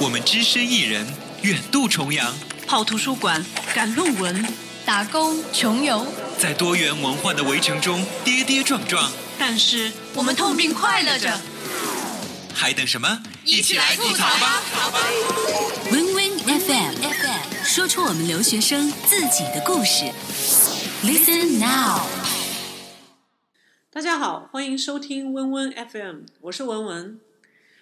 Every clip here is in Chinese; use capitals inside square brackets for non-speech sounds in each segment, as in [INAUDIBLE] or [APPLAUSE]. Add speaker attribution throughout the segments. Speaker 1: 我们只身一人远渡重洋，
Speaker 2: 跑图书馆、赶论文、
Speaker 3: 打工、穷游，
Speaker 1: 在多元文化的围城中跌跌撞撞，
Speaker 2: 但是我们痛并快乐着。
Speaker 1: 还等什么？
Speaker 4: 一起来吐槽吧！
Speaker 5: Win Win FM FM，说出我们留学生自己的故事。Listen now。
Speaker 6: 大家好，欢迎收听 Win Win FM，我是文文。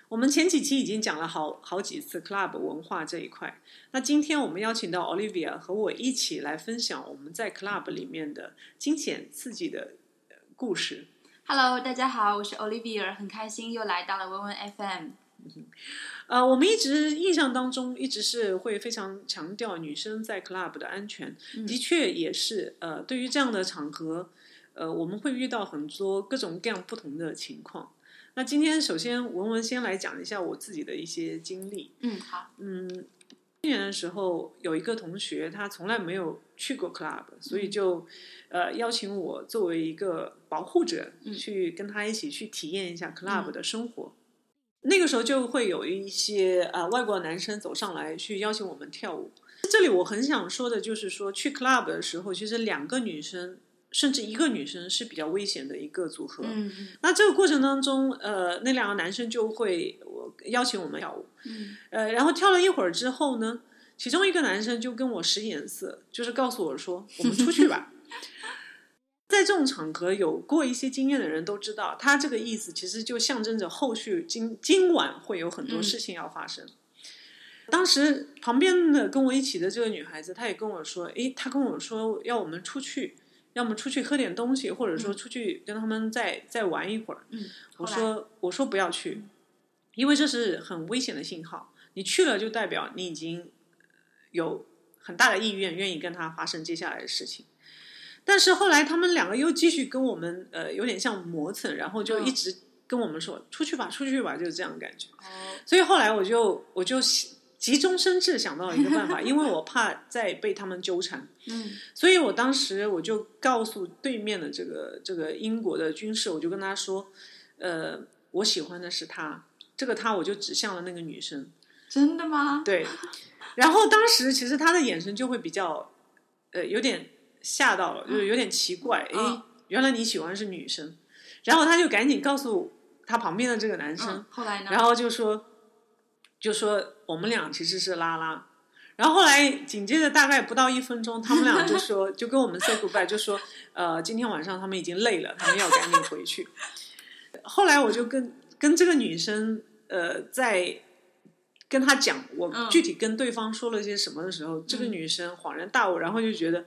Speaker 6: 我们前几期已经讲了好好几次 club 文化这一块，那今天我们邀请到 Olivia 和我一起来分享我们在 club 里面的惊险刺激的呃故事。
Speaker 7: Hello，大家好，我是 Olivia，很开心又来到了温温 FM。
Speaker 6: 呃，我们一直印象当中一直是会非常强调女生在 club 的安全，的确也是呃，对于这样的场合，呃，我们会遇到很多各种各样不同的情况。那今天首先文文先来讲一下我自己的一些经历。
Speaker 7: 嗯，好，
Speaker 6: 嗯，去年的时候有一个同学，他从来没有去过 club，所
Speaker 7: 嗯
Speaker 6: 以就、呃邀请我作为一个保护者，
Speaker 7: 嗯
Speaker 6: 去跟他一起去体验一下 club 的生活。那个时候就会有一些呃外国男生走上来去邀请我们跳舞。这里我很想说的就是说，去 club 的时候，其实两个女生甚至一个女生是比较危险的一个组合。
Speaker 7: 嗯嗯
Speaker 6: 那这个过程当中，呃，那两个男生就会我邀请我们跳舞，
Speaker 7: 嗯
Speaker 6: 呃，然后跳了一会儿之后呢，其中一个男生就跟我使眼色，就是告诉我说：“我们出去吧。”在这种场合，有过一些经验的人都知道，他这个意思其实就象征着后续今今晚会有很多事情要发生。当时旁边的跟我一起的这个女孩子，她也跟我说：“诶，她跟我说要我们出去，要么出去喝点东西，或者说出去跟他们再再玩一会儿。”
Speaker 7: 嗯，
Speaker 6: 我
Speaker 7: 后来
Speaker 6: 说我说不要去，因为这是很危险的信号。你去了就代表你已经有很大的意愿，愿意跟他发生接下来的事情。但是后来他们两个又继续跟我们呃有点像磨蹭，然后就
Speaker 7: 嗯
Speaker 6: 一直跟我们说、出去吧，出去吧，就是这样的感觉。
Speaker 7: 哦，
Speaker 6: 所以后来我就我就急中生智想到了一
Speaker 7: [LAUGHS]
Speaker 6: 个办法，因为我怕再被他们纠缠，
Speaker 7: 嗯
Speaker 6: 所以我当时我就告诉对面的这个这个英国的军事，我就跟他说，呃，我喜欢的是他，这个他我就指向了那个女生，
Speaker 7: 真的吗？嗯
Speaker 6: 对。 [LAUGHS] 然后当时其实他的眼神就会比较，呃，有点吓到了，就是有点奇怪，诶，
Speaker 7: 嗯
Speaker 6: 原来你喜欢的是女生。然后他就赶紧告诉他旁边的这个男生，
Speaker 7: 嗯，后来呢？
Speaker 6: 然后就说，就说我们俩其实是拉拉。然后后来紧接着大概不到一分钟，他们俩就说， [LAUGHS] 就跟我们 say goodbye，就说，呃，今天晚上他们已经累了，他们要赶紧回去。后来我就跟跟这个女生，呃，在跟她讲我
Speaker 7: 嗯
Speaker 6: 具体跟对方说了些什么的时候，这个
Speaker 7: 嗯
Speaker 6: 女生恍然大悟，然后就觉得，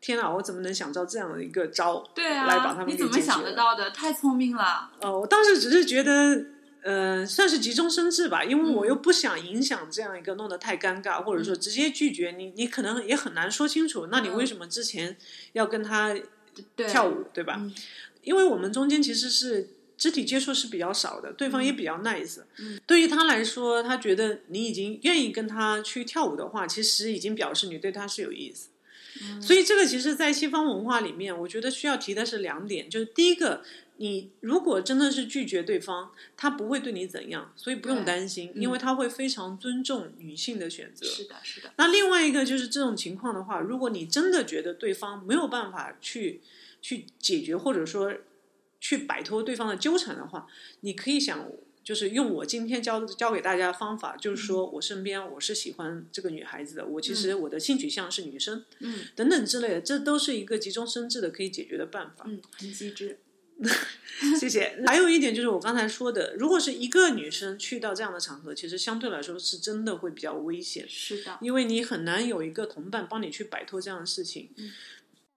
Speaker 6: 天哪，我怎么能想到这样的一个招？
Speaker 7: 对啊，
Speaker 6: 来把他们
Speaker 7: 你怎
Speaker 6: 给
Speaker 7: 么
Speaker 6: 解决
Speaker 7: 想得到的？太聪明了。
Speaker 6: 呃，我当时只是觉得，呃，算是急中生智吧，因为我又不想影响这样一个弄得太尴尬，或者说直接拒绝你，你可能也很难说清楚，那你为什么之前要跟他
Speaker 7: 对，
Speaker 6: 跳舞，对吧？
Speaker 7: 嗯
Speaker 6: 因为我们中间其实是。肢体接触是比较少的，对方也比较 nice。
Speaker 7: 嗯
Speaker 6: 对于他来说，他觉得你已经愿意跟他去跳舞的话，其实已经表示你对他是有意思。
Speaker 7: 嗯
Speaker 6: 所以这个其实，在西方文化里面，我觉得需要提的是两点，就是第一个，你如果真的是拒绝对方，他不会对你怎样，所以不用
Speaker 7: 对
Speaker 6: 担心，
Speaker 7: 嗯
Speaker 6: 因为他会非常尊重女性的选择。
Speaker 7: 是的，是的，
Speaker 6: 那另外一个就是这种情况的话，如果你真的觉得对方没有办法去去解决，或者说去摆脱对方的纠缠的话，你可以想，就是用我今天教教给大家的方法，就是说我身边我是喜欢这个女孩子的，我其实我的性取向是女生，
Speaker 7: 嗯
Speaker 6: 等等之类的，这都是一个急中生智的可以解决的办法。
Speaker 7: 嗯，很机智。
Speaker 6: 谢谢。还有一点就是我刚才说的，如果是一个女生去到这样的场合，其实相对来说是真的会比较危险。
Speaker 7: 是的，
Speaker 6: 因为你很难有一个同伴帮你去摆脱这样的事情。
Speaker 7: 嗯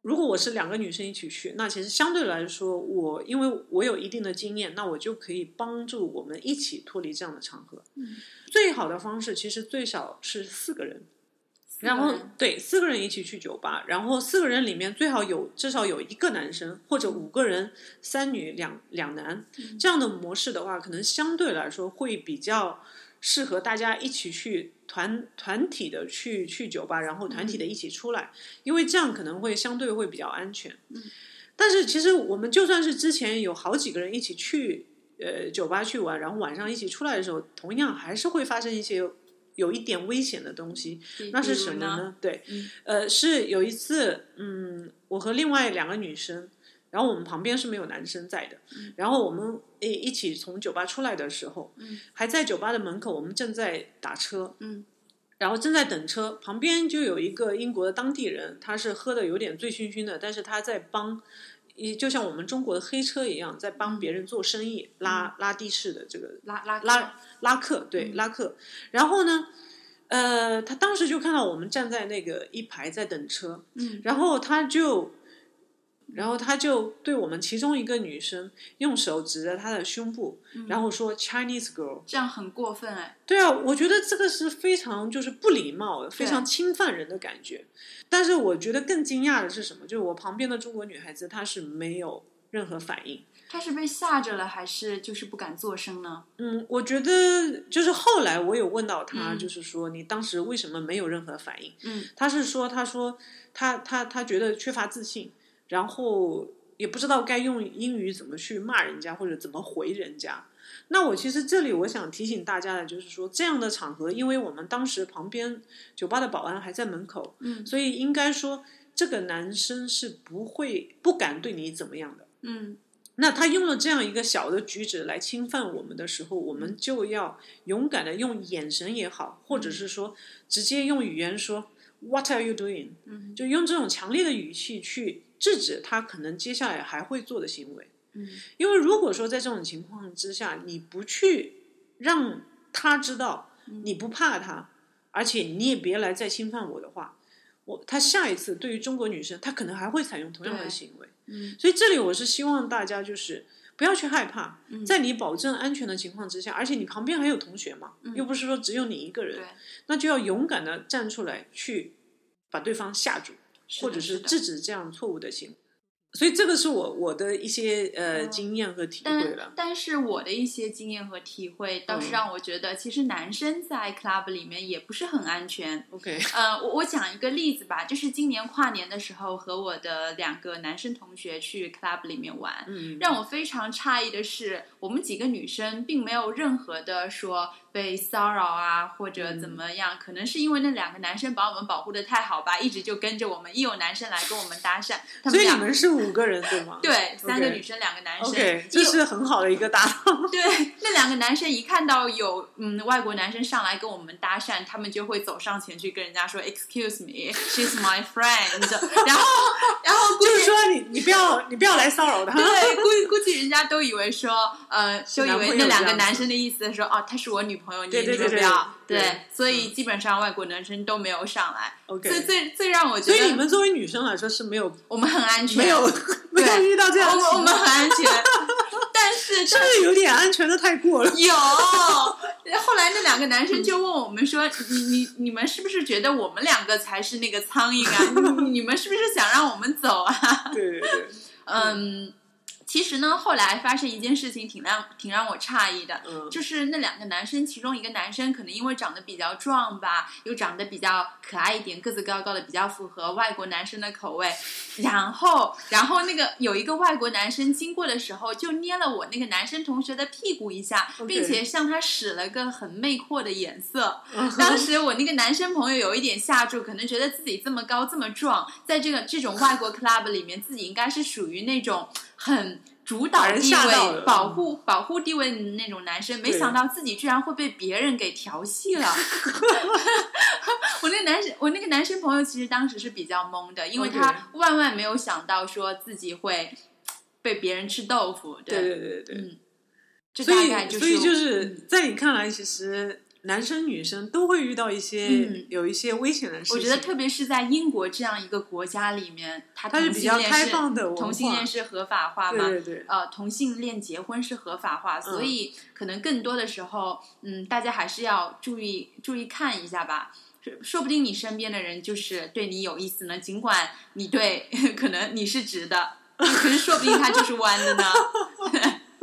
Speaker 6: 如果我是两个女生一起去，那其实相对来说，我因为我有一定的经验，那我就可以帮助我们一起脱离这样的场合。
Speaker 7: 嗯
Speaker 6: 最好的方式其实最少是四个人，
Speaker 7: 四
Speaker 6: 然
Speaker 7: 个
Speaker 6: 后
Speaker 7: 人
Speaker 6: 对四个人一起去酒吧，然后四个人里面最好有至少有一个男生，或者五个人三女两两男
Speaker 7: 嗯
Speaker 6: 这样的模式的话，可能相对来说会比较适合大家一起去团团体的去去酒吧，然后团体的一起出来，因为这样可能会相对会比较安全。
Speaker 7: 嗯
Speaker 6: 但是其实我们就算是之前有好几个人一起去呃酒吧去玩，然后晚上一起出来的时候，同样还是会发生一些有一点危险的东西，
Speaker 7: 比
Speaker 6: 那是
Speaker 7: 比如
Speaker 6: 什么
Speaker 7: 呢？
Speaker 6: 呢？对
Speaker 7: 嗯，
Speaker 6: 呃，是有一次，嗯，我和另外两个女生，然后我们旁边是没有男生在的，然后我们一一起从酒吧出来的时候，
Speaker 7: 嗯
Speaker 6: 还在酒吧的门口，我们正在打车，
Speaker 7: 嗯，
Speaker 6: 然后正在等车，旁边就有一个英国的当地人，他是喝的有点醉醺醺的，但是他在帮。一就像我们中国的黑车一样，在
Speaker 7: 嗯
Speaker 6: 帮别人做生意，拉拉的士的这个
Speaker 7: 拉拉
Speaker 6: 拉拉客，对、拉客。然后呢，呃，他当时就看到我们站在那个一排在等车，
Speaker 7: 嗯，
Speaker 6: 然后他就，然后他就对我们其中一个女生用手指着她的胸部，然后说 Chinese girl。
Speaker 7: 这样很过分哎，
Speaker 6: 对啊，我觉得这个是非常就是不礼貌的，非常侵犯人的感觉。但是我觉得更惊讶的是什么？就是我旁边的中国女孩子，她是没有任何反应。
Speaker 7: 他是被吓着了，还是就是不敢作声呢？
Speaker 6: 嗯，我觉得就是后来我有问到他，
Speaker 7: 嗯
Speaker 6: 就是说你当时为什么没有任何反应？
Speaker 7: 嗯，
Speaker 6: 他是说，他说他他他觉得缺乏自信，然后也不知道该用英语怎么去骂人家或者怎么回人家。那我其实这里我想提醒大家的就是说，这样的场合，因为我们当时旁边酒吧的保安还在门口，
Speaker 7: 嗯
Speaker 6: 所以应该说这个男生是不会不敢对你怎么样的。
Speaker 7: 嗯
Speaker 6: 那他用了这样一个小的举止来侵犯我们的时候，我
Speaker 7: 嗯
Speaker 6: 们就要勇敢的用眼神也好，或者是说直接用语言说 “What are you doing？”
Speaker 7: 嗯
Speaker 6: 就用这种强烈的语气去制止他可能接下来还会做的行为。
Speaker 7: 嗯，
Speaker 6: 因为如果说在这种情况之下，你不去让他知道
Speaker 7: 嗯
Speaker 6: 你不怕他，而且你也别来再侵犯我的话，我他下一次对于中国女生，他可能还会采用同样的
Speaker 7: 对
Speaker 6: 行为。
Speaker 7: 嗯，
Speaker 6: 所以这里我是希望大家就是不要去害怕，
Speaker 7: 嗯
Speaker 6: 在你保证安全的情况之下，而且你旁边还有同学嘛，
Speaker 7: 嗯
Speaker 6: 又不是说只有你一个人
Speaker 7: 对，，
Speaker 6: 那就要勇敢的站出来去把对方吓住，
Speaker 7: 是
Speaker 6: 或
Speaker 7: 的
Speaker 6: 者
Speaker 7: 是
Speaker 6: 是
Speaker 7: 的
Speaker 6: 制止这样错误的行为。所以这个是我我的一些呃
Speaker 7: 嗯
Speaker 6: 经验和体会
Speaker 7: 但
Speaker 6: 了。
Speaker 7: 但是我的一些经验和体会倒是
Speaker 6: 嗯
Speaker 7: 让我觉得，其实男生在 club 里面也不是很安全。 [LAUGHS]
Speaker 6: OK，
Speaker 7: 呃，我我讲一个例子吧，就是今年跨年的时候，和我的两个男生同学去 club 里面玩，
Speaker 6: 嗯，
Speaker 7: 让我非常诧异的是，我们几个女生并没有任何的说被骚扰啊，或者
Speaker 6: 嗯
Speaker 7: 怎么样，可能是因为那两个男生把我们保护的太好吧，一直就跟着我们，一有男生来跟我们搭讪，他
Speaker 6: 所
Speaker 7: 们
Speaker 6: 以你
Speaker 7: 两个
Speaker 6: 们是五个人对吗？
Speaker 7: 对三个女
Speaker 6: 生。
Speaker 7: 生，两个男生
Speaker 6: OK，
Speaker 7: 一
Speaker 6: 这
Speaker 7: 有
Speaker 6: 是很好的一个搭档。 [LAUGHS]
Speaker 7: 对，那两个男生一看到有嗯外国男生上来跟我们搭讪，他们就会走上前去跟人家说 “Excuse me, she's my friend”，然后 [LAUGHS] 然后估
Speaker 6: 就是
Speaker 7: 计。
Speaker 6: 说你你不要你不要来骚扰他。
Speaker 7: 对，估估计人家都以为说，呃，都以
Speaker 6: 男
Speaker 7: 为
Speaker 6: 朋友
Speaker 7: 那两
Speaker 6: 这
Speaker 7: 个
Speaker 6: 样
Speaker 7: 男
Speaker 6: 子
Speaker 7: 生的意思说，哦，她是我女朋友，你
Speaker 6: 对对
Speaker 7: 你们不
Speaker 6: 对对
Speaker 7: 要，
Speaker 6: 对
Speaker 7: 所以
Speaker 6: 嗯
Speaker 7: 基本上外国男生都没有上来。
Speaker 6: OK，
Speaker 7: 最最最让我觉
Speaker 6: 所
Speaker 7: 得，
Speaker 6: 以你们作为女生来说是没有
Speaker 7: 我们很安全，
Speaker 6: 没有 [LAUGHS] 没有遇到这样的
Speaker 7: 我们我
Speaker 6: 情
Speaker 7: 们
Speaker 6: 况，
Speaker 7: 很安全，但是
Speaker 6: 是不是有点安全的太过了？
Speaker 7: 有，后来那两个男生就问我们说：“你你你们是不是觉得我们两个才是那个苍蝇啊？你你们是不是想让我们走啊
Speaker 6: 对对对，？”
Speaker 7: 嗯，其实呢，后来发生一件事情，挺让挺让我诧异的。
Speaker 6: 嗯，
Speaker 7: 就是那两个男生，其中一个男生可能因为长得比较壮吧，又长得比较可爱一点，个子高高的，比较符合外国男生的口味。然后，然后那个有一个外国男生经过的时候，就捏了我那个男生同学的屁股一下
Speaker 6: OK
Speaker 7: 并且向他使了个很魅惑的眼色。
Speaker 6: 嗯
Speaker 7: 当时我那个男生朋友有一点吓住，可能觉得自己这么高这么壮，在这个这种外国 club 里面，自己应该是属于那种很主导
Speaker 6: 把人
Speaker 7: 地
Speaker 6: 吓到
Speaker 7: 位、
Speaker 6: 了
Speaker 7: 保护保护地位的那种男生，没
Speaker 6: 对
Speaker 7: 想到自己居然会被别人给调戏
Speaker 6: [LAUGHS]
Speaker 7: 了。我那个男生，我那个男生朋友其实当时是比较懵的，因为
Speaker 6: OK
Speaker 7: 他万万没有想到说自己会被别人吃豆腐。
Speaker 6: 对对对对对，
Speaker 7: 嗯，这
Speaker 6: 所
Speaker 7: 大概
Speaker 6: 以
Speaker 7: 就是
Speaker 6: 所以就
Speaker 7: 嗯
Speaker 6: 是在你看来，其实男生女生都会遇到一些
Speaker 7: 嗯
Speaker 6: 有一些危险的事情，
Speaker 7: 我觉得特别是在英国这样一个国家里面，它
Speaker 6: 它
Speaker 7: 同
Speaker 6: 是比
Speaker 7: 性
Speaker 6: 较
Speaker 7: 恋
Speaker 6: 开
Speaker 7: 是
Speaker 6: 放的文
Speaker 7: 同性
Speaker 6: 化
Speaker 7: 恋是合法化嘛？
Speaker 6: 对对对，
Speaker 7: 呃，同性恋结婚是合法化，所
Speaker 6: 嗯
Speaker 7: 以可能更多的时候，嗯，大家还是要注意注意看一下吧。说说不定你身边的人就是对你有意思呢，尽管你对 [LAUGHS] 可能你是直的，可是说不定他就是弯的
Speaker 6: [LAUGHS]
Speaker 7: 呢。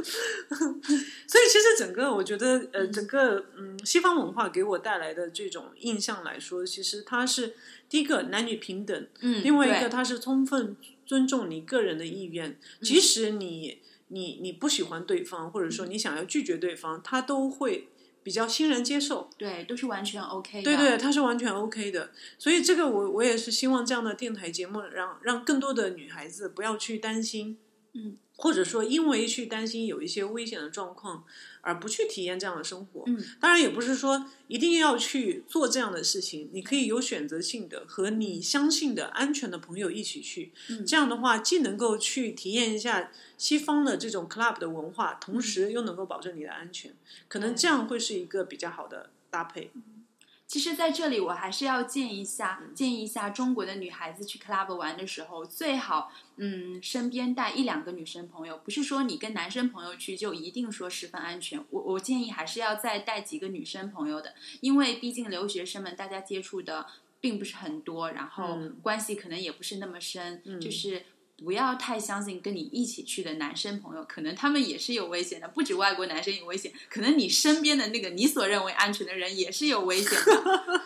Speaker 6: 所以其实整个我觉得呃，整个嗯西方文化给我带来的这种印象来说，其实它是第一个男女平等，
Speaker 7: 嗯，
Speaker 6: 另外一个，
Speaker 7: 对
Speaker 6: 它是充分尊重你个人的意愿，
Speaker 7: 嗯
Speaker 6: 即使你你你不喜欢对方，或者说你想要拒绝对方，他都会比较欣然接受。
Speaker 7: 对，都是完全 OK 的。
Speaker 6: 对对，它是完全 OK 的。所以这个我我也是希望这样的电台节目让让更多的女孩子不要去担心，
Speaker 7: 嗯，
Speaker 6: 或者说因为去担心有一些危险的状况而不去体验这样的生活。
Speaker 7: 嗯，
Speaker 6: 当然也不是说一定要去做这样的事情，你可以有选择性的和你相信的安全的朋友一起去，
Speaker 7: 嗯
Speaker 6: 这样的话既能够去体验一下西方的这种 club 的文化，同时又能够保证你的安全，可能
Speaker 7: 嗯对
Speaker 6: 这样会是一个比较好的搭配。
Speaker 7: 其实，在这里我还是要建议一下，
Speaker 6: 嗯
Speaker 7: 建议一下中国的女孩子去 club 玩的时候，最好嗯身边带一两个女生朋友，不是说你跟男生朋友去就一定说十分安全。我我建议还是要再带几个女生朋友的，因为毕竟留学生们大家接触的并不是很多，然后
Speaker 6: 嗯
Speaker 7: 关系可能也不是那么深，
Speaker 6: 嗯
Speaker 7: 就是。不要太相信跟你一起去的男生朋友，可能他们也是有危险的。不止外国男生有危险，可能你身边的那个你所认为安全的人也是有危险的。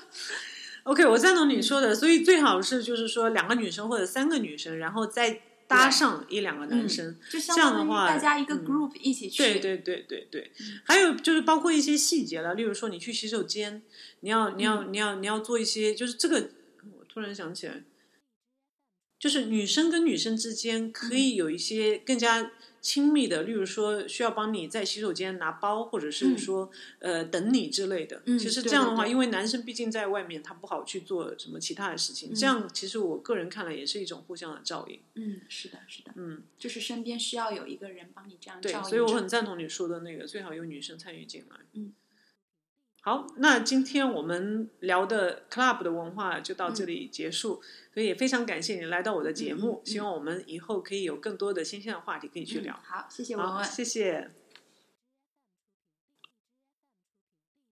Speaker 6: OK，我赞同你说
Speaker 7: 嗯
Speaker 6: 的，所以最好是就是说两个女生或者三个女生，然后再搭上一两个男生。
Speaker 7: 就
Speaker 6: 这
Speaker 7: 相
Speaker 6: 样的
Speaker 7: 当于
Speaker 6: 话
Speaker 7: 大家一个
Speaker 6: 嗯
Speaker 7: group 一起去，嗯
Speaker 6: 对对对对对，还有就是包括一些细节了，例如说你去洗手间，你要你要
Speaker 7: 嗯
Speaker 6: 你要你要做一些，就是这个，我突然想起来，就是女生跟女生之间
Speaker 7: 嗯
Speaker 6: 可以有一些更加亲密的，例如说需要帮你在洗手间拿包，或者是
Speaker 7: 嗯
Speaker 6: 说、呃等你之类的。
Speaker 7: 嗯
Speaker 6: 其实
Speaker 7: 对
Speaker 6: 这样
Speaker 7: 对
Speaker 6: 的话，
Speaker 7: 对
Speaker 6: 因为男生毕竟在外面，他不好去做什么其他的事情，这
Speaker 7: 嗯
Speaker 6: 样其实我个人看来也是一种互相的照应。
Speaker 7: 嗯，是的，是的，
Speaker 6: 嗯，
Speaker 7: 就是身边需要有一个人帮你这样照
Speaker 6: 对
Speaker 7: 应，着。
Speaker 6: 所以我很赞同你说的那个，最好有女生参与进来。
Speaker 7: 嗯，
Speaker 6: 好，那今天我们聊的 club 的文化就到这里结束，所以也非常感谢你来到我的节
Speaker 7: 嗯
Speaker 6: 目，
Speaker 7: 嗯嗯
Speaker 6: 希望我们以后可以有更多的新鲜的话题可以去
Speaker 7: 嗯
Speaker 6: 聊。
Speaker 7: 好，谢谢文
Speaker 6: 好，
Speaker 7: 文。
Speaker 6: 谢谢。